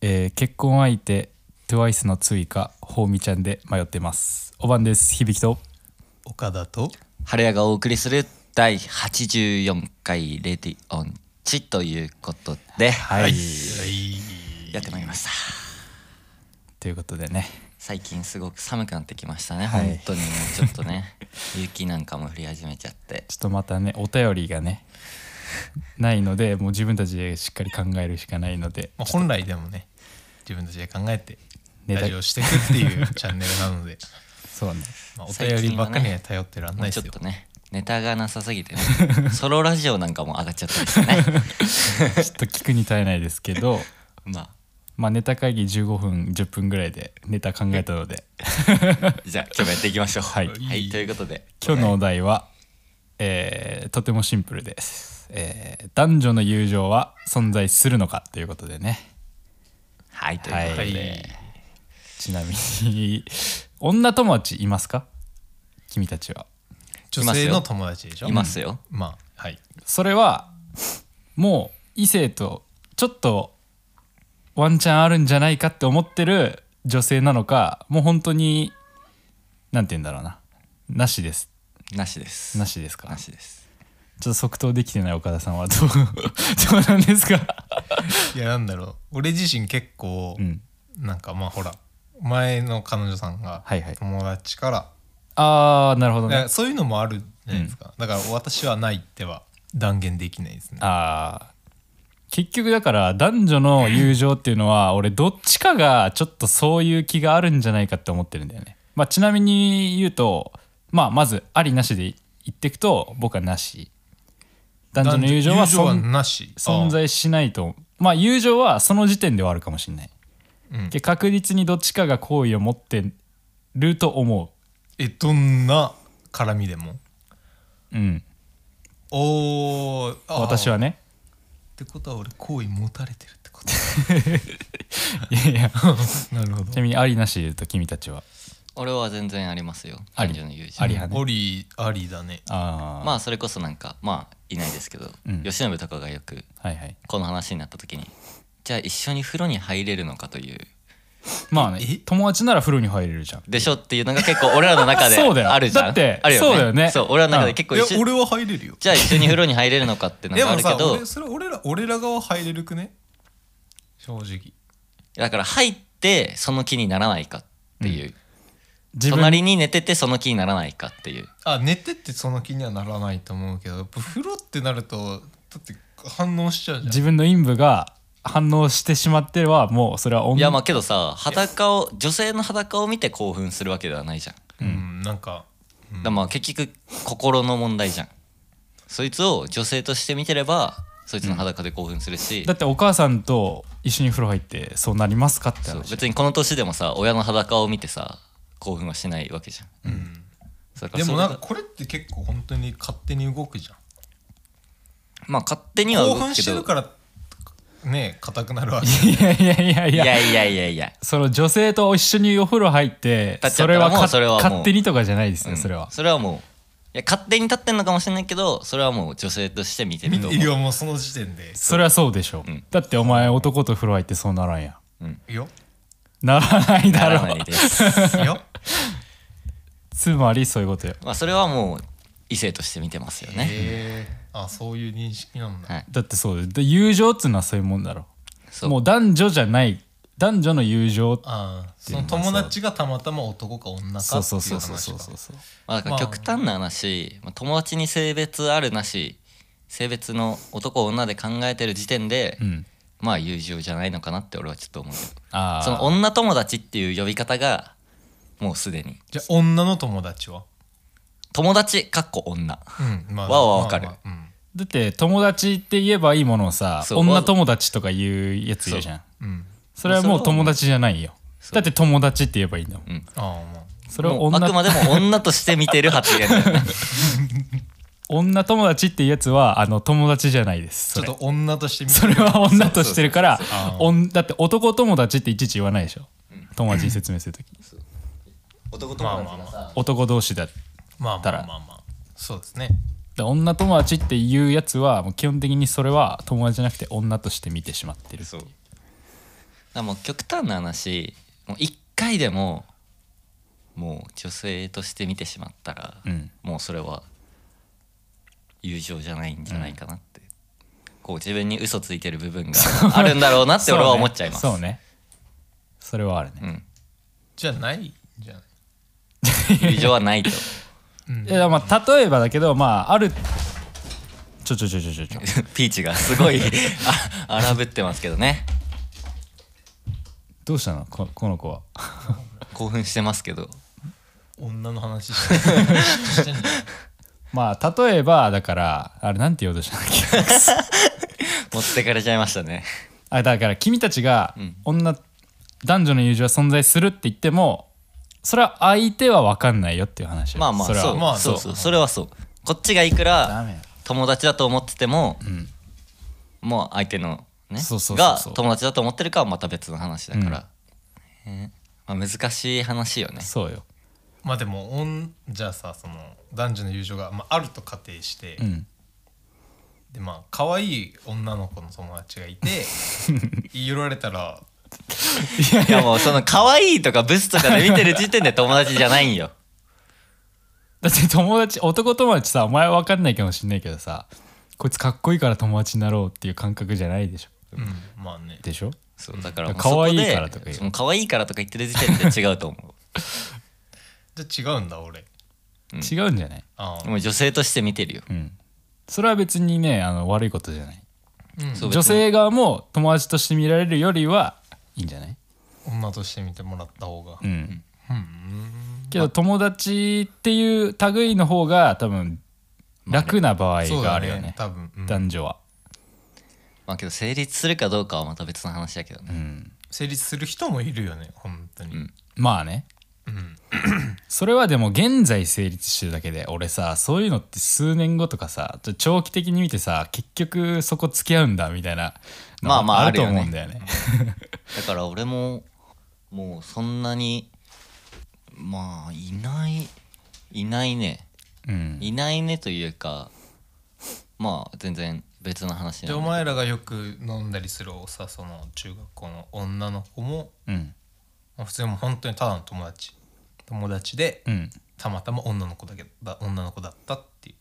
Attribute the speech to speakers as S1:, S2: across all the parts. S1: えー結婚相手 TWICE の追加ほうみちゃんで迷ってますおばんです響と
S2: 岡田と
S3: 春屋がお送りする第84回レディオンチということで、
S1: はい、
S3: やってまいりました
S1: ということでね
S3: 最近すごく寒くなってきましたね、
S1: はい
S3: 本当にもうちょっとね 雪なんかも降り始めちゃって
S1: ちょっとまたねお便りがねないのでもう自分たちでしっかり考えるしかないので
S2: まあ、本来でもね自分たちで考えて
S1: ネタ
S2: ラジオしていくっていう チャンネルなので、
S1: そうね
S2: まあ、お便りばっかりには頼ってらん
S3: も
S2: ないうで
S3: ちょ
S2: す
S3: っ
S2: よ
S3: とねネタがなさすぎてね ソロラジオなんかも上がっちゃったりしてね
S1: ちょっと聞くに耐えないですけ ど
S3: ま
S1: まあネタ会議15分10分ぐらいでネタ考えたので
S3: あじゃあ今日もやっていきましょう
S1: はい
S3: はい、ということで
S1: 今日のお題は、えーとてもシンプルです、えー男女の友情は存在するのかということでね
S3: はいということで、
S1: はい
S2: はい
S1: ちなみに女友達いますか君たちは
S2: 女性の友達でしょ
S3: いますよ、
S2: まあはい
S1: それはもう異性とちょっとワンチャンあるんじゃないかって思ってる女性なのかもう本当になんて言うんだろうななしです
S3: なしです
S1: なしですか
S3: なしです
S1: ちょっと即答できてない岡田さんはどう どうなんですか
S2: いやなんだろう俺自身結構、
S1: うん
S2: なんかまあほら前の彼女さんが
S1: はいはい
S2: 友達から、
S1: ああなるほど
S2: だか
S1: ね
S2: らそういうのもあるじゃないですか、だから私はないっては断言できないですね
S1: あー結局だから男女の友情っていうのは俺どっちかがちょっとそういう気があるんじゃないかって思ってるんだよね、まあ、ちなみに言うと、まあ、まずありなしで言っていくと僕はなし男女の友情は
S2: 男女
S1: そ
S2: 友
S1: ん
S2: 情はなし
S1: 存在しないとまあ友情はその時点ではあるかもしれない、
S2: うん
S1: で確実にどっちかが好意を持ってると思
S2: えどんな絡みでも
S1: ううん
S2: おーあー
S1: 私はね
S2: ってことは俺好意持たれてるってこ
S1: いやいや
S2: と なるほ
S1: ちなみにありなしで言うと君たちは
S3: 俺は全然ありますよ
S1: あり
S3: 男女の友人
S1: あり派ね
S2: ありありだね
S1: ああ
S3: まあそれこそなんかまあいないですけど、
S1: うん
S3: 吉信とかがよく
S1: はいはい
S3: この話になった 時にじゃあ一緒に風呂に入れるのかという
S1: まあね
S2: え
S1: 友達なら風呂に入れるじゃん
S3: でしょっていうのが結構俺らの中で
S1: そうだよ
S3: あるじゃん
S1: だって
S3: あるよ
S1: そうだよね
S3: そう俺らの中で結
S2: い
S3: 構
S2: や
S3: 一緒
S2: 俺は入れるよ
S3: じゃあ一緒に風呂に入れるのかっていうの
S2: で
S3: があ
S2: も
S3: るけ
S2: さ
S3: ど
S2: 俺それ俺ら俺ら側入れるくね正直
S3: だから入ってその気にならないかっていう、
S1: 自分
S3: 隣に寝ててその気にならないかっていう
S2: あ寝てってその気にはならないと思うけどやっぱ風呂ってなるとだって反応しちゃうじゃん
S1: 自分の陰部が反応してしまってはもうそれは女
S3: いやまあけどさ裸を女性の裸を見て興奮するわけではないじゃん
S2: うんなんか
S3: だからまあ結局心の問題じゃんそいつを女性として見てればそいつの裸で興奮するし、
S1: だってお母さんと一緒に風呂入ってそうなりますかって
S3: そう
S1: 話
S3: 別にこの年でもさ親の裸を見てさ興奮はしないわけじゃん、だから
S2: で
S3: そ
S2: も
S3: れ
S2: な
S3: が
S2: んかこれって結構本当に勝手に動くじゃん
S3: まあ勝手には動
S2: 興
S3: く
S2: 奮
S3: け
S2: して
S3: ど
S2: るからね硬くなるわけ
S1: いやいやいやい
S3: い
S1: や
S3: やいやいやいや
S1: その女性と一緒にお風呂入って
S3: 立っちゃ
S1: そ
S3: った
S1: れ
S3: ら
S1: は
S3: もう
S1: か
S3: それはもう
S1: 勝手にとかじゃないです
S3: う
S1: よ
S3: ん
S1: それは
S3: それはもういや勝手に立ってんのかもしれないけどそれはもう女性として見てると
S2: い
S3: 思う
S2: やもうその時点で
S1: それはそうでしょ
S3: うん
S1: だってお前男と風呂入ってそうならんや
S2: いや
S1: ならないだ
S3: なら
S1: ろ
S3: な
S1: う
S3: いです、
S2: いや
S1: つまりそういうことよ
S3: まあ、それはもう異性として見てますよね、
S2: へえあそういう認識なんだ、
S3: はい
S1: だってそうだよで友情っつうのはそういうもんだろ
S3: そう
S1: もう男女じゃない男女の友情
S2: ああその友達がたまたま男か女かってい
S1: そううそう
S2: 話
S1: そう
S2: か
S1: そうそうそうそう
S3: まあ、だから
S2: まあ
S3: 極端な話、まあ、友達に性別あるなし性別の男女で考えてる時点で、
S1: うん
S3: まあ友情じゃないのかなって俺はちょっと思うけど
S1: ああ
S3: その女友達っていう呼び方がもうすでに
S2: じゃあ女の友達は
S3: 友達かっこ女
S2: うんま
S3: わはわかる
S2: あま
S1: だって友達って言えばいいものをさ
S3: そう
S1: 女友達とか言うやついるじゃん
S2: あうんうん
S1: それはもう友達じゃないよ
S3: そう
S1: だって友達って言えばいいんだもん
S2: ああまあ
S1: それは
S3: もうあくま
S1: 女
S3: でも女として見てる発言だ よね
S1: 女友達っていうやつはあの友達じゃないです
S2: ち
S1: そ
S2: ょっ
S1: れ
S2: と女として見
S1: それは女としてるから
S2: そうそう
S1: おんだって男友達っていちいち言わないでしょ友達に説明するとき
S3: 男
S2: まあまあまあ
S1: 男同士だだか
S2: まあま
S1: た
S2: あ
S1: ら
S2: まあまあそうですね
S1: ら女友達っていうやつはもう基本的にそれは友達じゃなくて女として見てしまってるっていう
S3: そうらもう極端な話もう1回でももう女性として見てしまったら、
S1: うん
S3: もうそれは友情じゃないんじゃないかなって、こう自分に嘘ついてる部分があるんだろうなって俺は思っちゃいます。
S1: そうねそうねそれはあるね、
S3: うん、
S2: じゃないんじゃない
S3: 友情はないと
S1: いやまあ例えばだけどまああるちょちょちょちょちょちょ
S3: ピーチがすごいあ荒ぶってますけどね
S1: どうしたのここの子は
S3: 興奮してますけど
S2: 女の話 してる
S1: まあ例えばだからあれなんて言おうとしたんだっけ
S3: 持ってかれちゃいましたね。
S1: あだから君たちが女、男女の友情は存在するって言ってもそれは相手は分かんないよっていう話よ
S3: まあまあ
S1: それは
S3: そう,、
S2: まあ
S3: そう
S2: そ
S3: そううそれはそうこっちがいく
S1: ダ
S3: ら
S1: メよ
S3: 友達だと思ってても、もう相手のね
S1: そうそうそう
S3: が
S1: そう
S3: 友達だと思ってるかはまた別の話だから、えーまあ、難しい話よね
S1: そうよ
S2: まあでもおんじゃあさその男女の友情が、まあ、あると仮定して、
S1: ん
S2: でまあ可愛い女の子の友達がい て言い寄られたら
S3: いやもうその可愛いとかブスとかで見てる時点で友達じゃないんよ
S1: だって友達男友達さお前は分かんないかもしんないけどさこいつかっこいいから友達になろうっていう感覚じゃないでしょ
S2: うんまあね
S1: でしょ
S3: そうだからもう
S1: 可愛い
S3: そこで
S1: からとか言う
S3: その可愛いからとか言ってる時点で違うと思
S2: じゃあ違うんだ俺
S1: 違うんじゃない、
S2: あ
S3: う
S2: あ
S3: もう女性として見てるよ、
S1: うん、それは別にねあの悪いことじゃない
S3: そう
S1: 女
S3: 別に
S1: 性側も友達として見られるよりはいいんじゃない、
S2: 女として見てもらった方が
S1: うんけど友達っていう類の方が多分楽な場合
S2: そう
S1: があ
S2: だ
S1: るよね,、
S2: ね多分、うん
S1: 男女は、
S3: まあけど成立するかどうかはまた別の話だけどね、
S2: 成立する人もいるよね本当に、
S3: ん
S1: まあね、 それはでも現在成立してるだけで俺さそういうのって数年後とかさちょ長期的に見てさ結局そこ付き合うんだみたいなの
S3: まあまあ
S1: あると
S3: あるよ
S1: 思う
S3: ね
S1: んだよね
S3: だから俺ももうそんなにまあいないいないね
S1: うん
S3: いないねというかまあ全然別の話
S2: で
S3: な
S2: お
S3: んだ
S2: 前らがよく飲んだりするおさその中学校の女の子も、
S1: うん
S2: まあ普通にもう本当にただの友達友達で、
S1: うん
S2: たまたま女の子だけだ女の子だったっていう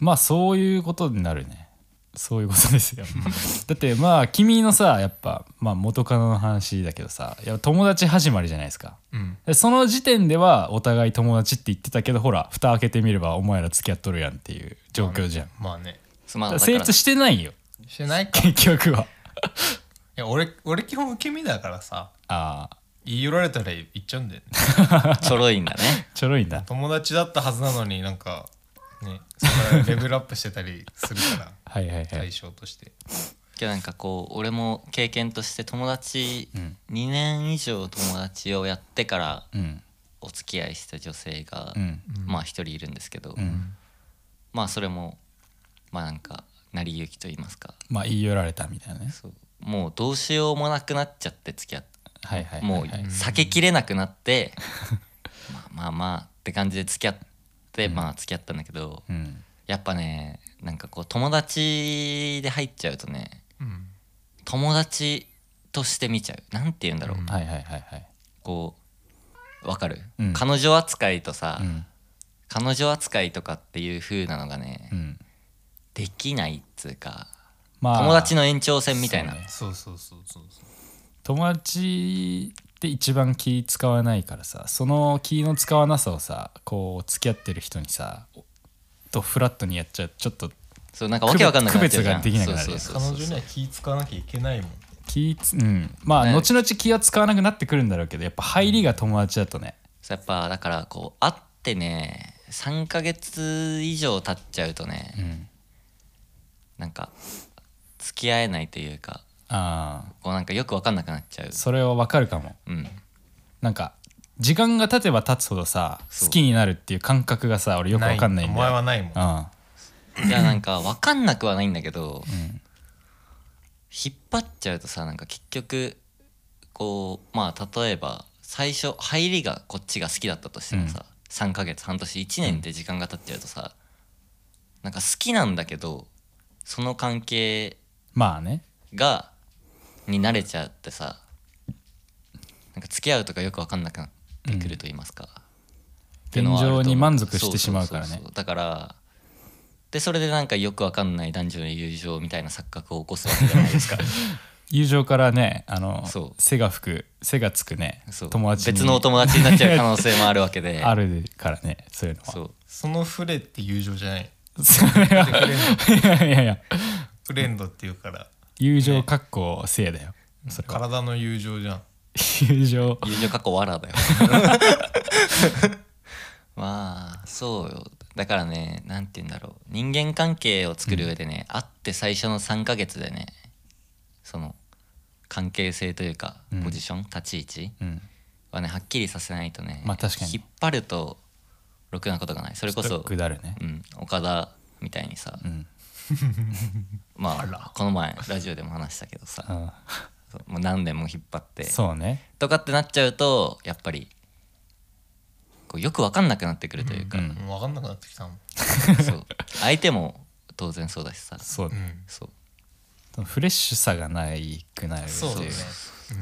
S1: まあそういうことになるねそういうことですよ だってまあ君のさやっぱ、まあ、元カノの話だけどさやっぱ友達始まりじゃないですか
S2: うん
S1: でその時点ではお互い友達って言ってたけどほら蓋開けてみればお前ら付き合っとるやんっていう状況じゃん、
S2: まあね
S3: つま
S1: だ
S3: ん
S1: か
S3: だ
S1: ら成
S3: から
S1: 立してないよ
S2: してないかい
S1: 結局は
S2: や俺俺基本受け身だからさ
S1: ああ
S2: 言い寄られたら言っちゃうんだよね
S3: ちょろいんだね
S1: ちょろいんだ
S2: 友達だったはずなのになんかねそれレベルアップしてたりするから
S1: はいはいは
S2: 対
S1: い
S2: 象として
S3: けどなんかこう俺も経験として友達、2年以上友達をやってから
S1: うん
S3: お付き合いした女性が、
S1: うん
S3: まあ一人いるんですけど、
S1: ん
S3: まあそれもまあなんか成り行きと言いますか
S1: まあ言い寄られたみたいなね
S3: そうもうどうしようもなくなっちゃって付き合って。
S1: はいはいはい、
S3: も
S1: は
S3: う
S1: い
S3: 避けきれなく なって、まあまあまあって感じで付き合って、まあ付き合ったんだけど、
S1: うん
S3: やっぱねなんかこう友達で入っちゃうとね
S2: うん
S3: 友達として見ちゃうなんて言うんだろう、
S1: はいはいはいはい
S3: こうわかる、
S1: うん
S3: 彼女扱いとさ、
S1: うん
S3: 彼女扱いとかっていう風なのがね、
S1: うん
S3: できないっつうか
S1: まあ
S3: 友達の延長線みたいな、
S1: そうね
S2: そうそうそうそうそう
S1: 友達って一番気使わないからさその気の使わなさをさこう付き合ってる人にさおとフラットにやっちゃうちょっと
S3: そうなんかわけわかんなくなっちゃうじゃん
S1: 区別ができなくなるよ
S3: そうそう
S2: 彼
S3: そうそう
S2: 女には気使わなきゃいけないもん
S1: 気つうんまあ、
S3: ね
S1: 後々気は使わなくなってくるんだろうけどやっぱ入りが友達だとね、
S3: そうやっぱだからこう会ってね3ヶ月以上経っちゃうとね、なんか付き合えないというか
S1: ああ
S3: こうなんかよく分かんなくなっちゃう
S1: それはわかるかも
S3: うん
S1: なんか時間が経てば経つほどさ
S3: そう
S1: 好きになるっていう感覚がさ俺よくわかんないん
S2: お
S1: だ
S2: 前
S1: よ
S2: はないもん
S1: うん
S3: いやなんか分かんなくはないんだけど、引っ張っちゃうとさなんか結局こうまあ例えば最初入りがこっちが好きだったとしてもさ、3ヶ月半年1年で時間が経っちゃうとさ、なんか好きなんだけどその関係
S1: まあね
S3: がに慣れちゃってさなんか付き合うとかよく分かんなくなってくると言いますか、っていうの
S1: 現
S3: はあると思
S1: 状
S3: う
S1: に満足してしまうから
S3: そそ
S1: ね
S3: そそだからでそれでなんかよく分かんない男女の友情みたいな錯覚を起こすわけじゃないで すか
S1: 友情からねあの
S3: そう
S1: 背が吹く背がつくね
S3: そう
S1: 友達に
S3: 別のお友達になっちゃう可能性もあるわけ で
S1: あるからねそういうのは
S3: そう
S2: そのフレって友情じゃない
S1: それは
S2: フレンド
S1: いやいやいや
S2: フレンドっていうから
S1: 友情かっこせいだよそれは
S2: 体の友情じゃん
S1: 友情
S3: 友情過去わ らだよまあそうよだからねなんて言うんだろう人間関係を作る上でね、会って最初の3ヶ月でねその関係性というか
S1: うん
S3: ポジション、立ち位置
S1: うん
S3: はねはっきりさせないとね、
S1: まあ確かに
S3: 引っ張るとろくなことがないそれこ
S1: ちょっ
S3: そ
S1: と、下るね
S3: うん、岡田みたいにさ、
S1: ん
S3: まあこの前ラジオでも話したけど
S1: う
S3: さ
S1: ん
S3: そうもう何年も引っ張って
S1: そうね
S3: とかってなっちゃうとやっぱりこうよく分かんなくなってくるというか、
S1: うん
S2: もう分かんなくなってきたもん
S3: そう相手も当然そうだしさ
S1: そう
S2: うん
S3: そう
S1: フレッシュさがないくなるってい
S2: そうだね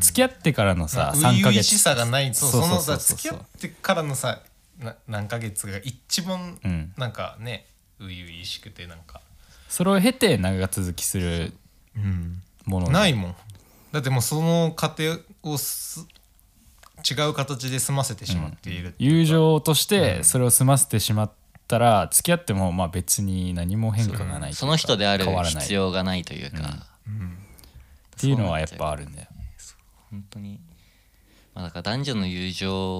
S1: 付き合ってからのさ
S2: 初
S1: 3ヶ
S2: 々
S1: 月
S2: しさがないとそのさ
S1: そう
S2: 付き
S1: そ
S2: 合
S1: う
S2: っ、てからのさな何ヶ月が一番
S1: うん、
S2: なんかね初々しくてなんか
S1: それを経て長続きする
S2: うん
S1: もの
S2: ないもんだってもうその過程をす違う形で済ませてしまっているってい
S1: 友
S2: うか
S1: 情としてそれを済ませてしまったら付き合ってもまあ別に何も変化がないというか
S3: その人である
S1: 変わらない
S3: 必要がないというか、
S2: うん
S1: っていうのはやっぱあるんだよ
S3: 本当にまあだから男女の友情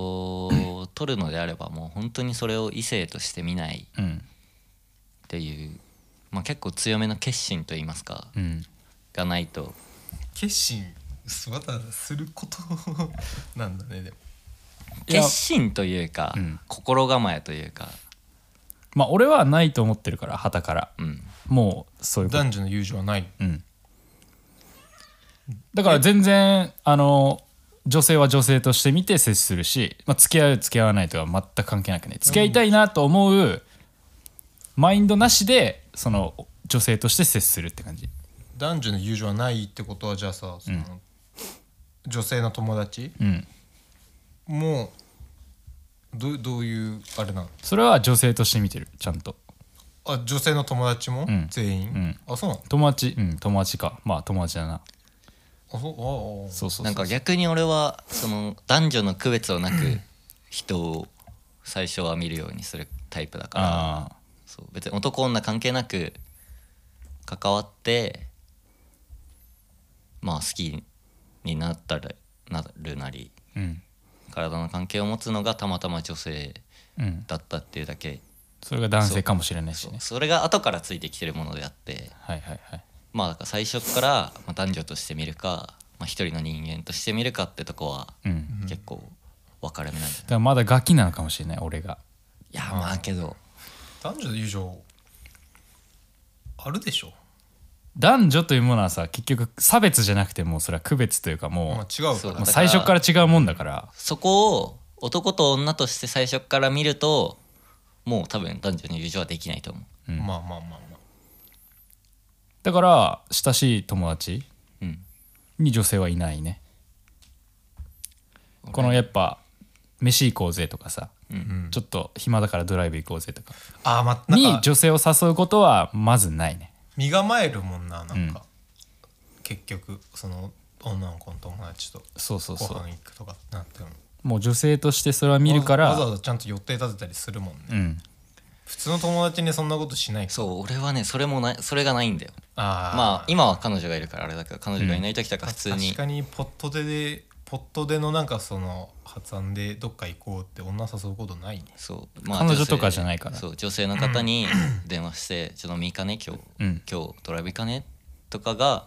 S3: を取るのであればもう本当にそれを異性として見ない
S1: うん
S3: っていう、まあ、結構強めの決心といいますか
S1: うん
S3: がないと
S2: 決心すまたすること なんだねでも
S1: いや
S3: 決心というか、
S1: うん
S3: 心構えというか、
S1: まあ俺はないと思ってるから旗から
S3: うん、
S1: もうそういうこと
S2: 男女の友情はない
S1: うんだから全然あの女性は女性として見て接するし、まあ、付き合う付き合わないとは全く関係なくね付き合いたいなと思うマインドなしでその女性として接するって感じ
S2: 男女の友情はないってことはじゃあさその、女性の友達
S1: うん
S2: もどうどういうあれなの
S1: それは女性として見てるちゃんと
S2: あ女性の友達も、
S1: ん
S2: 全員、あそうなの
S1: 友達うん友達かまあ友達だな
S2: あそうあ
S1: そ
S2: あ
S1: うそうそう
S3: なんか逆に俺はその男女の区別をなく 人を最初は見るようにするタイプだから
S1: ああ
S3: そう別に男女関係なく関わってまあ好きになったらなるなり
S1: うん
S3: 体の関係を持つのがたまたま女性
S1: うん
S3: だったっていうだけ
S1: それが男性かもしれないしね
S3: それが後からついてきてるものであって
S1: はいはいはい
S3: まあだから最初からまあ男女として見るかまあ一人の人間として見るかってとこは
S1: うんだ
S3: 結構分かれ目なんじゃない
S1: からまだガキなのかもしれない俺が
S3: いやまあけど
S2: 男女の友情あるでしょ
S1: 男女というものはさ結局差別じゃなくてもうそれは区別というか
S2: まあ
S1: も
S2: 違うから
S3: そう
S1: う
S3: だ
S1: もう最初から違うもんだから
S3: そこを男と女として最初から見るともう多分男女の友情はできないと思
S1: うん
S2: まあまあまあま
S1: だから親しい友達
S3: う、うん、
S1: に女性はいないねこのやっぱ飯行こうぜとかさ、
S2: ん
S1: ちょっと暇だからドライブ行こうぜとか
S2: ああまあな
S1: に
S2: んか
S1: 女性を誘うことはまずないね
S2: 身構えるもんななんか、結局その女の子の友達と
S1: そうそう
S2: ご
S1: そう
S2: 飯行くとかってなっても
S1: もう女性としてそれは見るか
S2: わざわ
S1: ら
S2: ざちゃんと予定立てたりするもんね、
S1: うん
S2: 普通の友達にそんなことしないから
S3: そう俺はねそれもないそれがないんだよ
S2: あー
S3: まあ今は彼女がいるからあれだけど彼女がいない時とか普通に
S2: 確かにポットででポットでのなんかその発案でどっか行こうって女誘うことないね
S3: そうまあ
S1: 彼女
S3: 性
S1: とかじゃないから
S3: そう女性の方に電話して「ちょっと飲み行かね今日、
S1: うん
S3: 今日ドライブ行かね?」とかが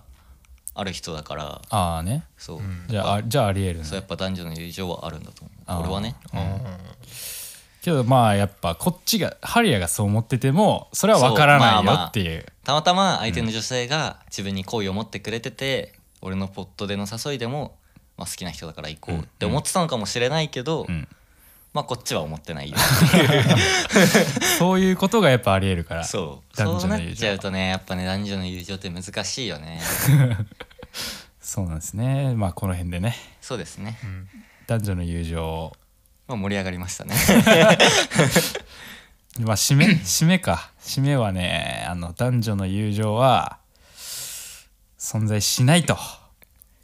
S3: ある人だから
S1: ああね
S3: そう、
S1: じゃああじゃあありえるね
S3: そうやっぱ男女の友情はあるんだと
S1: あ
S3: 思
S1: ー
S3: う俺はね
S1: けどまあやっぱこっちがハリアがそう思っててもそれは分からな
S3: そう
S1: い
S3: ま
S1: よ
S3: あまあ
S1: っていう
S3: たまたま相手の女性が自分に好意を持ってくれてて、俺のポットでの誘いでも、まあ、好きな人だから行こうって思ってたのかもしれないけど、
S1: ん
S3: まあこっちは思っ てないよ
S1: そういうことがやっぱありえるから
S3: そう
S1: 男
S3: そう
S1: 女
S3: な
S1: の
S3: っ
S1: 友
S3: ちゃう
S1: 情
S3: とねやっぱね男女の友情って難しいよね
S1: そうなんですねまあこの辺でね
S3: そうですね、
S1: 男女の友情
S3: まあ、盛り上がり ましたね
S1: まあ締め締めか締めはねあの男女の友情は存在しないと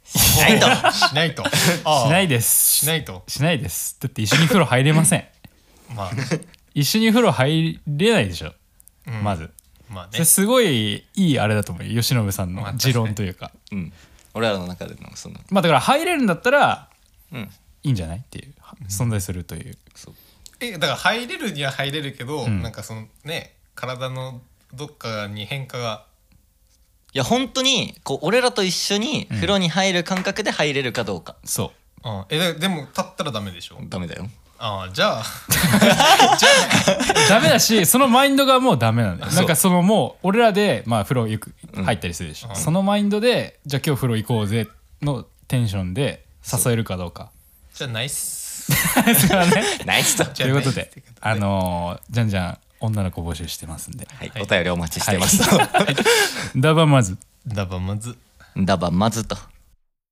S2: しないとしな いと
S1: しない
S2: で
S1: です
S2: しないと
S1: しないですだって一緒に風呂入れません
S2: まあ
S1: 一緒に風呂入れないでしょ、
S2: うん
S1: まず
S2: まあ
S1: そ
S2: ね
S1: れすごいいいあれだと思うよ由伸さんの
S2: まあ
S1: 持論というか
S3: うん俺らの中でのその
S1: まあだから入れるんだったら
S3: うん
S1: いいんじゃないっていうは存在するという、
S3: そう
S2: えだから入れるには入れるけど、
S1: ん
S2: なんかそのね体のどっかに変化が
S3: いや本当にこう俺らと一緒に風呂に入る感覚で入れるかどうか、
S1: そう
S2: うんえででも立ったらダメでしょ
S3: ダメだよ
S2: ああじゃあ
S1: ダメだし そのマインドがもうダメなんだよ
S3: そう
S1: なんかそのもう俺らでまあ風呂よく入ったりするでしょ、
S2: うん
S1: そのマインドでじゃあ今日風呂行こうぜのテンションで誘えるかどう か
S2: じゃあないっす
S1: それはね
S3: ナイスと
S1: と
S2: じゃあ
S1: いうこと
S2: ナイ
S1: で
S2: スってことで
S1: あのーじゃんじゃん女の子募集してますんで
S3: はい、
S2: はい
S3: お便りお待ちしてます、
S1: ダバまず
S2: だばまず
S3: ダバまずと